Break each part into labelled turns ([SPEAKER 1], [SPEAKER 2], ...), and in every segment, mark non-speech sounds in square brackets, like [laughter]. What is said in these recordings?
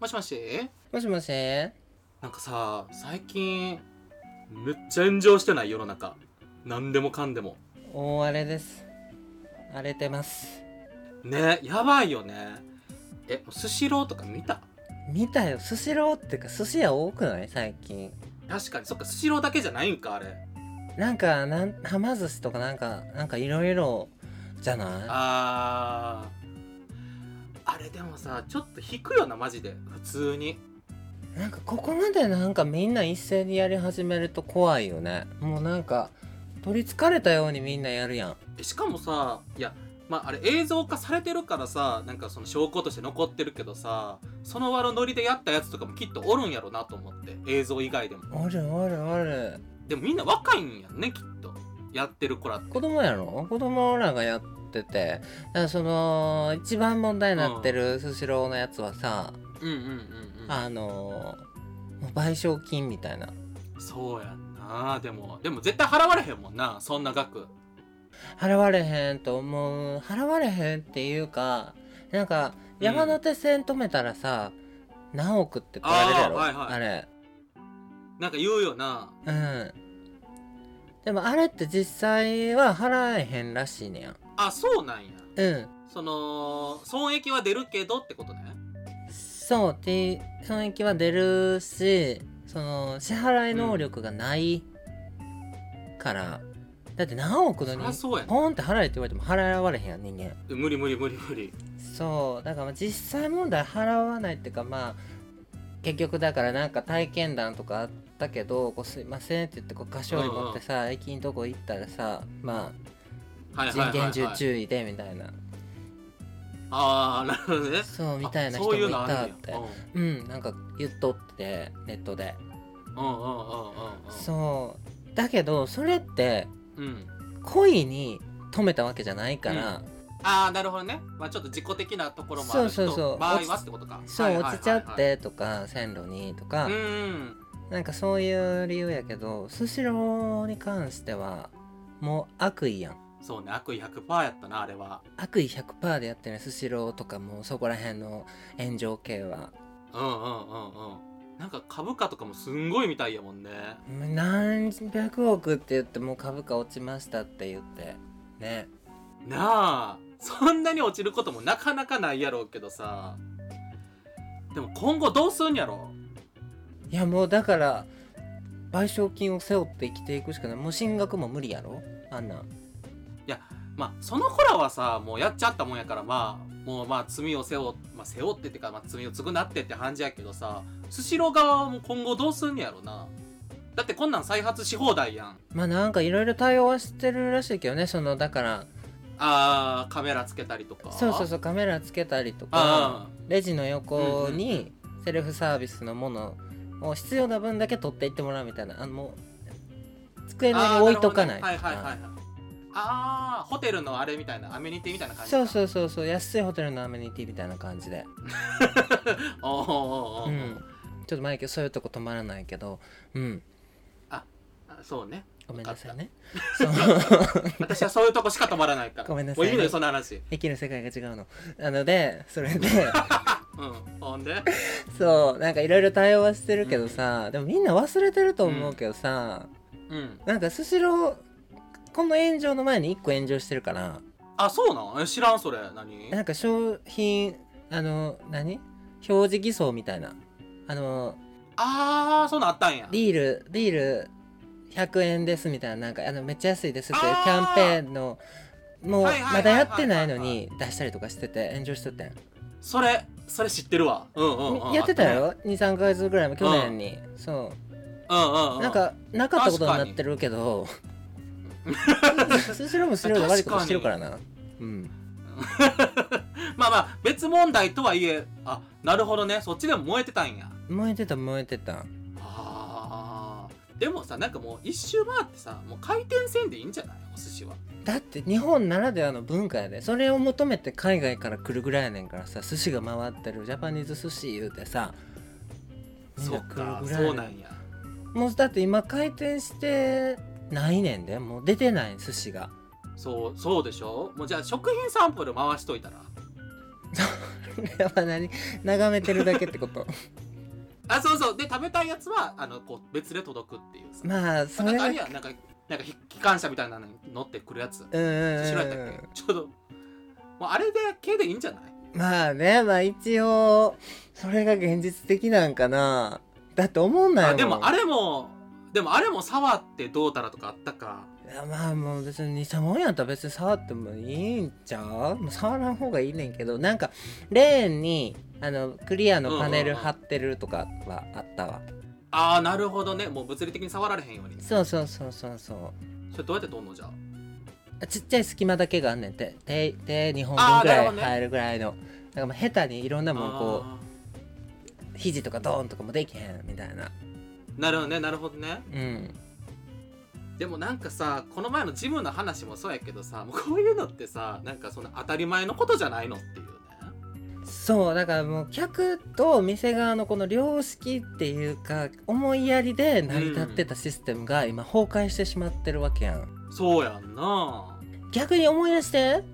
[SPEAKER 1] もしもし
[SPEAKER 2] もしもし
[SPEAKER 1] なんかさ最近めっちゃ炎上してない世の中何でもかんでも
[SPEAKER 2] 大荒れです荒れてます
[SPEAKER 1] ねやばいよねえスシローとか見た
[SPEAKER 2] 見たよスシローってか寿司屋多くない最近
[SPEAKER 1] 確かにそっかスシローだけじゃないんかあれ
[SPEAKER 2] なんかなんはま寿司とかなんかなんかいろいろじゃな
[SPEAKER 1] あーあれでもさちょっと引くよなマジで普通に
[SPEAKER 2] いなんかここまでなんかみんな一斉にやり始めると怖いよねもうなんか取りつかれたようにみんなやるやん
[SPEAKER 1] えしかもさいやまああれ映像化されてるからさなんかその証拠として残ってるけどさその場のノリでやったやつとかもきっとおるんやろなと思って映像以外でも
[SPEAKER 2] おるおるおる
[SPEAKER 1] でもみんな若いんやんねきっとやってる子らって
[SPEAKER 2] 子供やろ子供らがやっててだからその一番問題になってるスシローのやつはさ、
[SPEAKER 1] うんうんうんうん
[SPEAKER 2] あのー、もう賠償金みたいな
[SPEAKER 1] そうやんなでもでも絶対払われへんもんなそんな額
[SPEAKER 2] 払われへんと思う払われへんっていうかなんか山手線止めたらさ、何億って取られるやろ
[SPEAKER 1] あーはいはい
[SPEAKER 2] あれ
[SPEAKER 1] なんか言うよな
[SPEAKER 2] うんでもあれって実際は払えへんらしいねやん
[SPEAKER 1] あそうなんや
[SPEAKER 2] うん
[SPEAKER 1] その損益は出るけどってことね
[SPEAKER 2] そうて損益は出るしその支払い能力がないから、だって何億の
[SPEAKER 1] そりゃ
[SPEAKER 2] に
[SPEAKER 1] そうやな
[SPEAKER 2] ポンって払えって言われても払われへんやん人間
[SPEAKER 1] 無理無理無理無理
[SPEAKER 2] そうだからまあ実際問題払わないっていうかまあ結局だからなんか体験談とかあったけど「こうすいません」って言ってこう菓子折り持ってさ駅のとこ行ったらさま
[SPEAKER 1] はいは
[SPEAKER 2] あ
[SPEAKER 1] いは
[SPEAKER 2] 人
[SPEAKER 1] い、はい、
[SPEAKER 2] 間中注意でみたいな
[SPEAKER 1] ああなるほどね
[SPEAKER 2] そうみたいな
[SPEAKER 1] あ
[SPEAKER 2] 人
[SPEAKER 1] そ
[SPEAKER 2] も
[SPEAKER 1] ういう
[SPEAKER 2] い
[SPEAKER 1] のあんね
[SPEAKER 2] た
[SPEAKER 1] や
[SPEAKER 2] ってうんなんか言っとってネットで
[SPEAKER 1] うんうんうんうんうんうん
[SPEAKER 2] そうだけどそれって
[SPEAKER 1] うん
[SPEAKER 2] 故意に止めたわけじゃないから
[SPEAKER 1] ああなるほどねまあちょっと自己的なところもある
[SPEAKER 2] そうそうそう
[SPEAKER 1] 人場合はってことか
[SPEAKER 2] そう落ちちゃっ
[SPEAKER 1] はい
[SPEAKER 2] てとか線路にとか
[SPEAKER 1] はいはいはいうん
[SPEAKER 2] なんかそういう理由やけどスシローに関してはもう悪意やん
[SPEAKER 1] そうね悪意100%やったなあれは
[SPEAKER 2] 悪意100%でやってるスシローとかもうそこら辺の炎上系は
[SPEAKER 1] うんうんうんうんなんか株価とかもすんごいみたいやもんね
[SPEAKER 2] 何百億って言ってもう株価落ちましたって言ってね
[SPEAKER 1] なあそんなに落ちることもなかなかないやろうけどさでも今後どうすんやろ
[SPEAKER 2] いやもうだから賠償金を背負って生きていくしかないもう進学も無理やろあんなん
[SPEAKER 1] まあその子らはさもうやっちゃったもんやからまあもうまあ罪を背負,、まあ、背負ってってか、まあ、罪を償ってって感じやけどさスシロー側も今後どうすんやろなだってこんなん再発し放題やん
[SPEAKER 2] まあなんかいろいろ対応はしてるらしいけどねそのだから
[SPEAKER 1] あーカメラつけたりとか
[SPEAKER 2] そうそうそうカメラつけたりとかレジの横にセルフサービスのものを必要な分だけ取っていってもらうみたいなあのもう机の上
[SPEAKER 1] あ
[SPEAKER 2] に
[SPEAKER 1] ー
[SPEAKER 2] 置いとかないと
[SPEAKER 1] るほどねはいはいはい
[SPEAKER 2] か
[SPEAKER 1] はいああホテルのあれみたいなアメニティみたいな感じ
[SPEAKER 2] そう
[SPEAKER 1] う
[SPEAKER 2] そうそうそう安いホテルのアメニティみたいな感じで
[SPEAKER 1] おーおーおーお
[SPEAKER 2] う
[SPEAKER 1] ー
[SPEAKER 2] んちょっと前けどそういうとこ止まらないけどうん
[SPEAKER 1] あそうね
[SPEAKER 2] ごめんなさ
[SPEAKER 1] [laughs]
[SPEAKER 2] いねそう
[SPEAKER 1] 私はそういうとこしか止まらないから
[SPEAKER 2] [laughs] ごめんなさい
[SPEAKER 1] もういいのよその話
[SPEAKER 2] 生きる世界が違うのなのでそれで
[SPEAKER 1] うんほんで
[SPEAKER 2] そうなんかいろいろ対応はしてるけどさ、でもみんな忘れてると思うけどさ、
[SPEAKER 1] うん
[SPEAKER 2] なんかスシローこの炎上の前に1個炎上してるから
[SPEAKER 1] あそうなんえ知らんそれ何
[SPEAKER 2] なんか商品あの何表示偽装みたいなあの
[SPEAKER 1] ああそうなんあったんや
[SPEAKER 2] ビールビール100円ですみたいななんかあのめっちゃ安いですっていう
[SPEAKER 1] あー
[SPEAKER 2] キャンペーンのもう
[SPEAKER 1] はいはいはいはいはい
[SPEAKER 2] まだやってないのに出したりとかしてて炎上しとってん、
[SPEAKER 1] それそれ知ってるわうんうん、うん、
[SPEAKER 2] やってた
[SPEAKER 1] あ
[SPEAKER 2] よ23か月ぐらいも去年に、そう
[SPEAKER 1] たねうんうん、うん、
[SPEAKER 2] なんかなかったことになってるけど [laughs] スシローもスシローで悪いことしてるからなうん
[SPEAKER 1] まあまあ別問題とはいえあなるほどねそっちでも燃えてたんや
[SPEAKER 2] 燃えてた燃えてた
[SPEAKER 1] あーでもさなんかもう一周回ってさもう回転せんでいいんじゃないお寿司は
[SPEAKER 2] だって日本ならではの文化やでそれを求めて海外から来るぐらいやねんからさ寿司が回ってるジャパニーズ寿司言うてさみん
[SPEAKER 1] そ
[SPEAKER 2] な
[SPEAKER 1] う
[SPEAKER 2] 来る
[SPEAKER 1] か
[SPEAKER 2] ぐらいやね
[SPEAKER 1] そうなんや
[SPEAKER 2] もうだって今回転してないねんでもう出てない寿司が [laughs]
[SPEAKER 1] そうそうでしょもうじゃあ食品サンプル回しといたら
[SPEAKER 2] れは何眺めてるだけってこと
[SPEAKER 1] [laughs] あそうそうで食べたいやつはあのこう別で届くっていうさ、
[SPEAKER 2] まあそ
[SPEAKER 1] な
[SPEAKER 2] れ
[SPEAKER 1] んかあ
[SPEAKER 2] は
[SPEAKER 1] れやなんかなんか機関車みたいなのに乗ってくるやつ
[SPEAKER 2] うんうんうん
[SPEAKER 1] 知らんやったっけちょうどもうあれで系でいいんじゃない
[SPEAKER 2] まあねまあ一応それが現実的なんかなだって思んないも
[SPEAKER 1] あ
[SPEAKER 2] ん
[SPEAKER 1] でもあ
[SPEAKER 2] れ
[SPEAKER 1] れもでもあれも触ってどうたらとかあったか
[SPEAKER 2] まあもう別に偽物やったら別に触ってもいいんちゃうもう触らん方がいいねんけどなんかレーンにあのクリアのパネル貼ってるとかはあったわ、
[SPEAKER 1] ああなるほどねもう物理的に触られへんように
[SPEAKER 2] そうそうそうそうそう
[SPEAKER 1] それどうやって取んのじゃあ
[SPEAKER 2] あちっちゃい隙間だけがあんねんて手手2本
[SPEAKER 1] あ
[SPEAKER 2] 分
[SPEAKER 1] ーなる
[SPEAKER 2] ぐら
[SPEAKER 1] ほ
[SPEAKER 2] い
[SPEAKER 1] どね
[SPEAKER 2] 入るぐらいのなんかもう下手にいろんなもんこ
[SPEAKER 1] あ
[SPEAKER 2] う肘とかドーンとかもできへんみたいな
[SPEAKER 1] ーなるほどねなるほどね
[SPEAKER 2] うん
[SPEAKER 1] でもなんかさこの前のジムの話もそうやけどさもうこういうのってさなんかそんな当たり前のことじゃないのっていうね
[SPEAKER 2] そうだからもう客と店側のこの良識っていうか思いやりで成り立ってたシステムが今崩壊してしまってるわけやん
[SPEAKER 1] そうやん
[SPEAKER 2] [laughs]
[SPEAKER 1] な
[SPEAKER 2] 逆に思い出して
[SPEAKER 1] [laughs]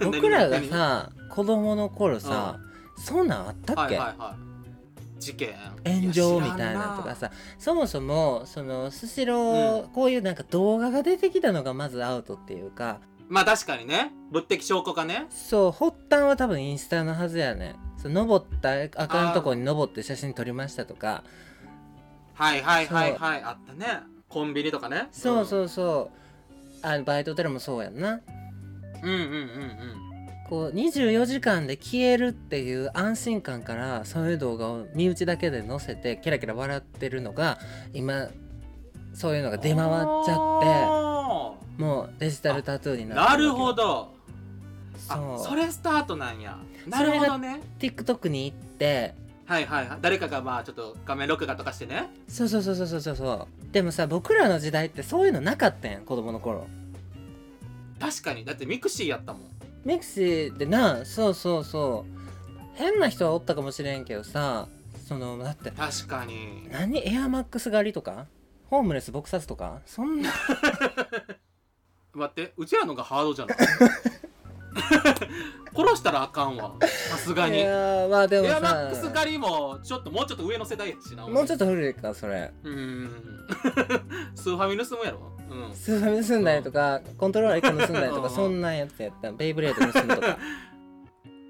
[SPEAKER 1] 何
[SPEAKER 2] 僕らがさ子供の頃さそんなんあったっけ、
[SPEAKER 1] はいはいはい事件
[SPEAKER 2] 炎上
[SPEAKER 1] や
[SPEAKER 2] み
[SPEAKER 1] 知らん
[SPEAKER 2] たいなのとかさそもそもそのスシロー、こういうなんか動画が出てきたのがまずアウトっていうか
[SPEAKER 1] まあ確かにね物的証拠がね
[SPEAKER 2] そう発端は多分インスタのはずやねその登ったあかんとこに登って写真撮りましたとか
[SPEAKER 1] はいはいはいはいあったねコンビニとかね
[SPEAKER 2] そう
[SPEAKER 1] う
[SPEAKER 2] そうそう、あバイトテロもそうやんな
[SPEAKER 1] うんうんうんうん
[SPEAKER 2] こう24時間で消えるっていう安心感からそういう動画を身内だけで載せてキラキラ笑ってるのが今そういうのが出回っちゃって
[SPEAKER 1] ゃっ
[SPEAKER 2] もうデジタルタトゥーになっ
[SPEAKER 1] な
[SPEAKER 2] て
[SPEAKER 1] る
[SPEAKER 2] わけよ
[SPEAKER 1] ほどあ
[SPEAKER 2] そう
[SPEAKER 1] それスタートなんやなるほどね
[SPEAKER 2] TikTok に行って
[SPEAKER 1] はいはいはい誰かがまあちょっと画面録画とかしてね
[SPEAKER 2] そうそうそうそうそうそうそうでもさ僕らの時代ってそういうのなかったやん子供の頃
[SPEAKER 1] 確かにだってミクシーやったもん
[SPEAKER 2] ミクシーでなそうそうそう変な人はおったかもしれんけどさそのだって
[SPEAKER 1] 確かに
[SPEAKER 2] 何エアマックス狩りとかホームレス撲殺とかそんな
[SPEAKER 1] 待ってうちらのがハードじゃない
[SPEAKER 2] [laughs]
[SPEAKER 1] 殺したらあかんわさすがに
[SPEAKER 2] いや
[SPEAKER 1] エ
[SPEAKER 2] ーまあでも
[SPEAKER 1] アマックス
[SPEAKER 2] さ
[SPEAKER 1] 狩りもちょっともうちょっと上の世代やしな
[SPEAKER 2] もうちょ
[SPEAKER 1] っ
[SPEAKER 2] っと古いかそれ
[SPEAKER 1] とうーん [laughs] スーファミ盗むやろうん
[SPEAKER 2] スーファミ盗んだりとかコントローラー1個盗んだりと
[SPEAKER 1] う
[SPEAKER 2] か
[SPEAKER 1] ん
[SPEAKER 2] そんなんやつやったベイブレード盗む
[SPEAKER 1] [laughs]
[SPEAKER 2] とか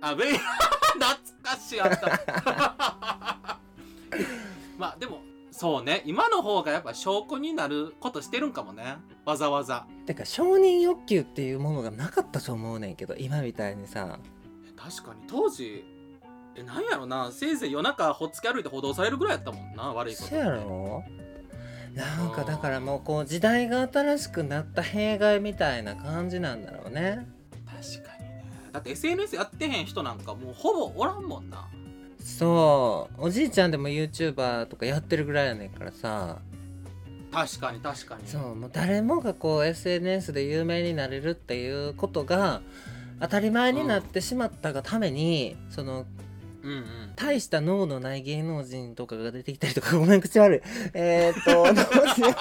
[SPEAKER 1] あベイ [laughs] 懐かしいあった [laughs] まあでもそうね今の方がやっぱ証拠になることしてるんかもねわざわざ
[SPEAKER 2] てか承認欲求っていうものがなかったと思うねんけど今みたいにさ
[SPEAKER 1] 確かに当時えなんやろなせいぜい夜中ほっつき歩いて歩道されるぐらいやったもんな悪いことって
[SPEAKER 2] そやろなん
[SPEAKER 1] う
[SPEAKER 2] か
[SPEAKER 1] ん
[SPEAKER 2] だからもうこう時代が新しくなった弊害みたいな感じなんだろうね
[SPEAKER 1] 確かにねだって SNS やってへん人なんかもうほぼおらんもんな
[SPEAKER 2] そうおじいちゃんでも YouTuber とかやってるぐらいやねんからさ
[SPEAKER 1] 確かに確かに
[SPEAKER 2] そうもう誰もがこう SNS で有名になれるっていうことが当たり前になってしまったがために、その
[SPEAKER 1] うんうん
[SPEAKER 2] 大した脳のない芸能人とかが出てきたりとかごめん口悪いえー、っとどうしよう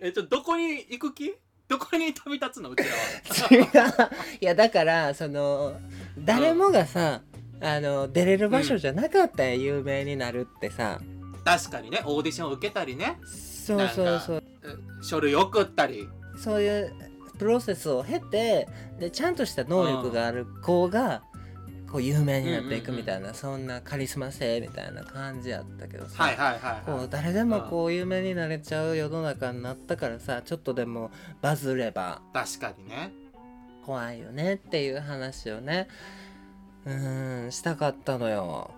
[SPEAKER 1] えちょどこに行く気どこに飛び立つのうちら
[SPEAKER 2] 違
[SPEAKER 1] は
[SPEAKER 2] ういやだからその誰もがさ、あの出れる場所じゃなかったよ、有名になるってさ
[SPEAKER 1] 確かにねオーディション受けたりね
[SPEAKER 2] そうそうそう
[SPEAKER 1] え書類送ったり
[SPEAKER 2] そういうプロセスを経てでちゃんとした能力がある子が、こう有名になっていくみたいな、そんなカリスマ性みたいな感じやったけどさ、
[SPEAKER 1] はいはいはい、
[SPEAKER 2] こ
[SPEAKER 1] は
[SPEAKER 2] う
[SPEAKER 1] い、
[SPEAKER 2] 誰でもこう有名になれちゃう世の中になったからさちょっとでもバズれば
[SPEAKER 1] 確かにね
[SPEAKER 2] 怖いよねっていう話をねうーんしたかったのよ。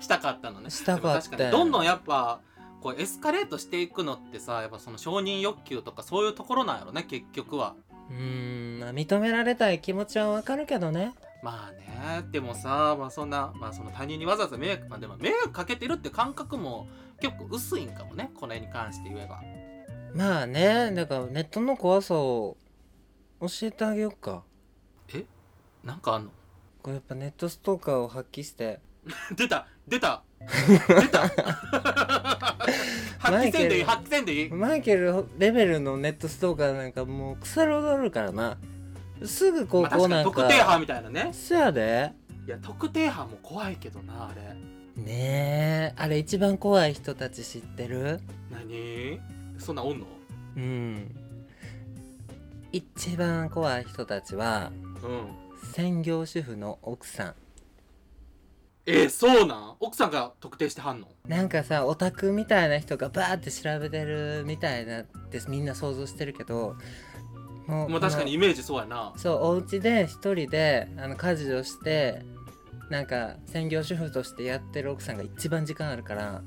[SPEAKER 1] したかったのね
[SPEAKER 2] したかった
[SPEAKER 1] でも確かにどんどんやっぱこうエスカレートしていくのってさやっぱその承認欲求とかそういうところなんやろね結局は
[SPEAKER 2] うーん、まあ、認められたい気持ちはわかるけどね。
[SPEAKER 1] まあねでもさ、まあ、そんな、まあ、その他人にわざわざ迷惑,、まあ、でも迷惑かけてるって感覚も結構薄いんかもねこの絵に関して言えば
[SPEAKER 2] まあね、だからネットの怖さを教えてあげようか。
[SPEAKER 1] なんかあんの
[SPEAKER 2] これやっぱネットストーカーを発揮して。
[SPEAKER 1] 出た出た出た
[SPEAKER 2] [laughs]
[SPEAKER 1] 発揮せんでいい発揮せんでいい
[SPEAKER 2] マイケルレベルのネットストーカーなんかもう腐るほどあるからな。すぐ高
[SPEAKER 1] まあ、確
[SPEAKER 2] 校
[SPEAKER 1] か
[SPEAKER 2] な
[SPEAKER 1] に
[SPEAKER 2] ん
[SPEAKER 1] 特
[SPEAKER 2] か
[SPEAKER 1] 定班みたいなね
[SPEAKER 2] そやで
[SPEAKER 1] いや特定班も怖いけどなあれ
[SPEAKER 2] ねえあれ一番怖い人たち知ってる
[SPEAKER 1] 何そんなんおんの
[SPEAKER 2] うん一番怖い人たちは
[SPEAKER 1] うん
[SPEAKER 2] 専業主婦の奥さ
[SPEAKER 1] えー、そうなん奥さんが特定してはんの
[SPEAKER 2] んなんかさオタクみたいな人がバーって調べてるみたいなってみんな想像してるけども
[SPEAKER 1] まあ確かにイメージそうやな
[SPEAKER 2] そうお家で一人であの家事をしてなんか専業主婦としてやってる奥さんが一番時間あるから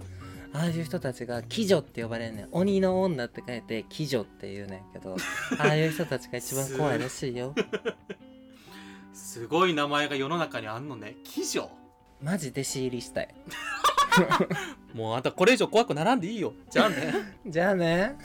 [SPEAKER 2] ああいう人たちが「鬼女」って呼ばれるねん鬼の女って書いて「鬼女」って言うねん
[SPEAKER 1] [laughs]
[SPEAKER 2] けどああいう人たちが一番怖いらしいよ
[SPEAKER 1] すごい名前が世の中にあんのね鬼女
[SPEAKER 2] マジ弟子入りしたい
[SPEAKER 1] もうあんたこれ以上怖くならんでいいよじゃあね
[SPEAKER 2] じゃあね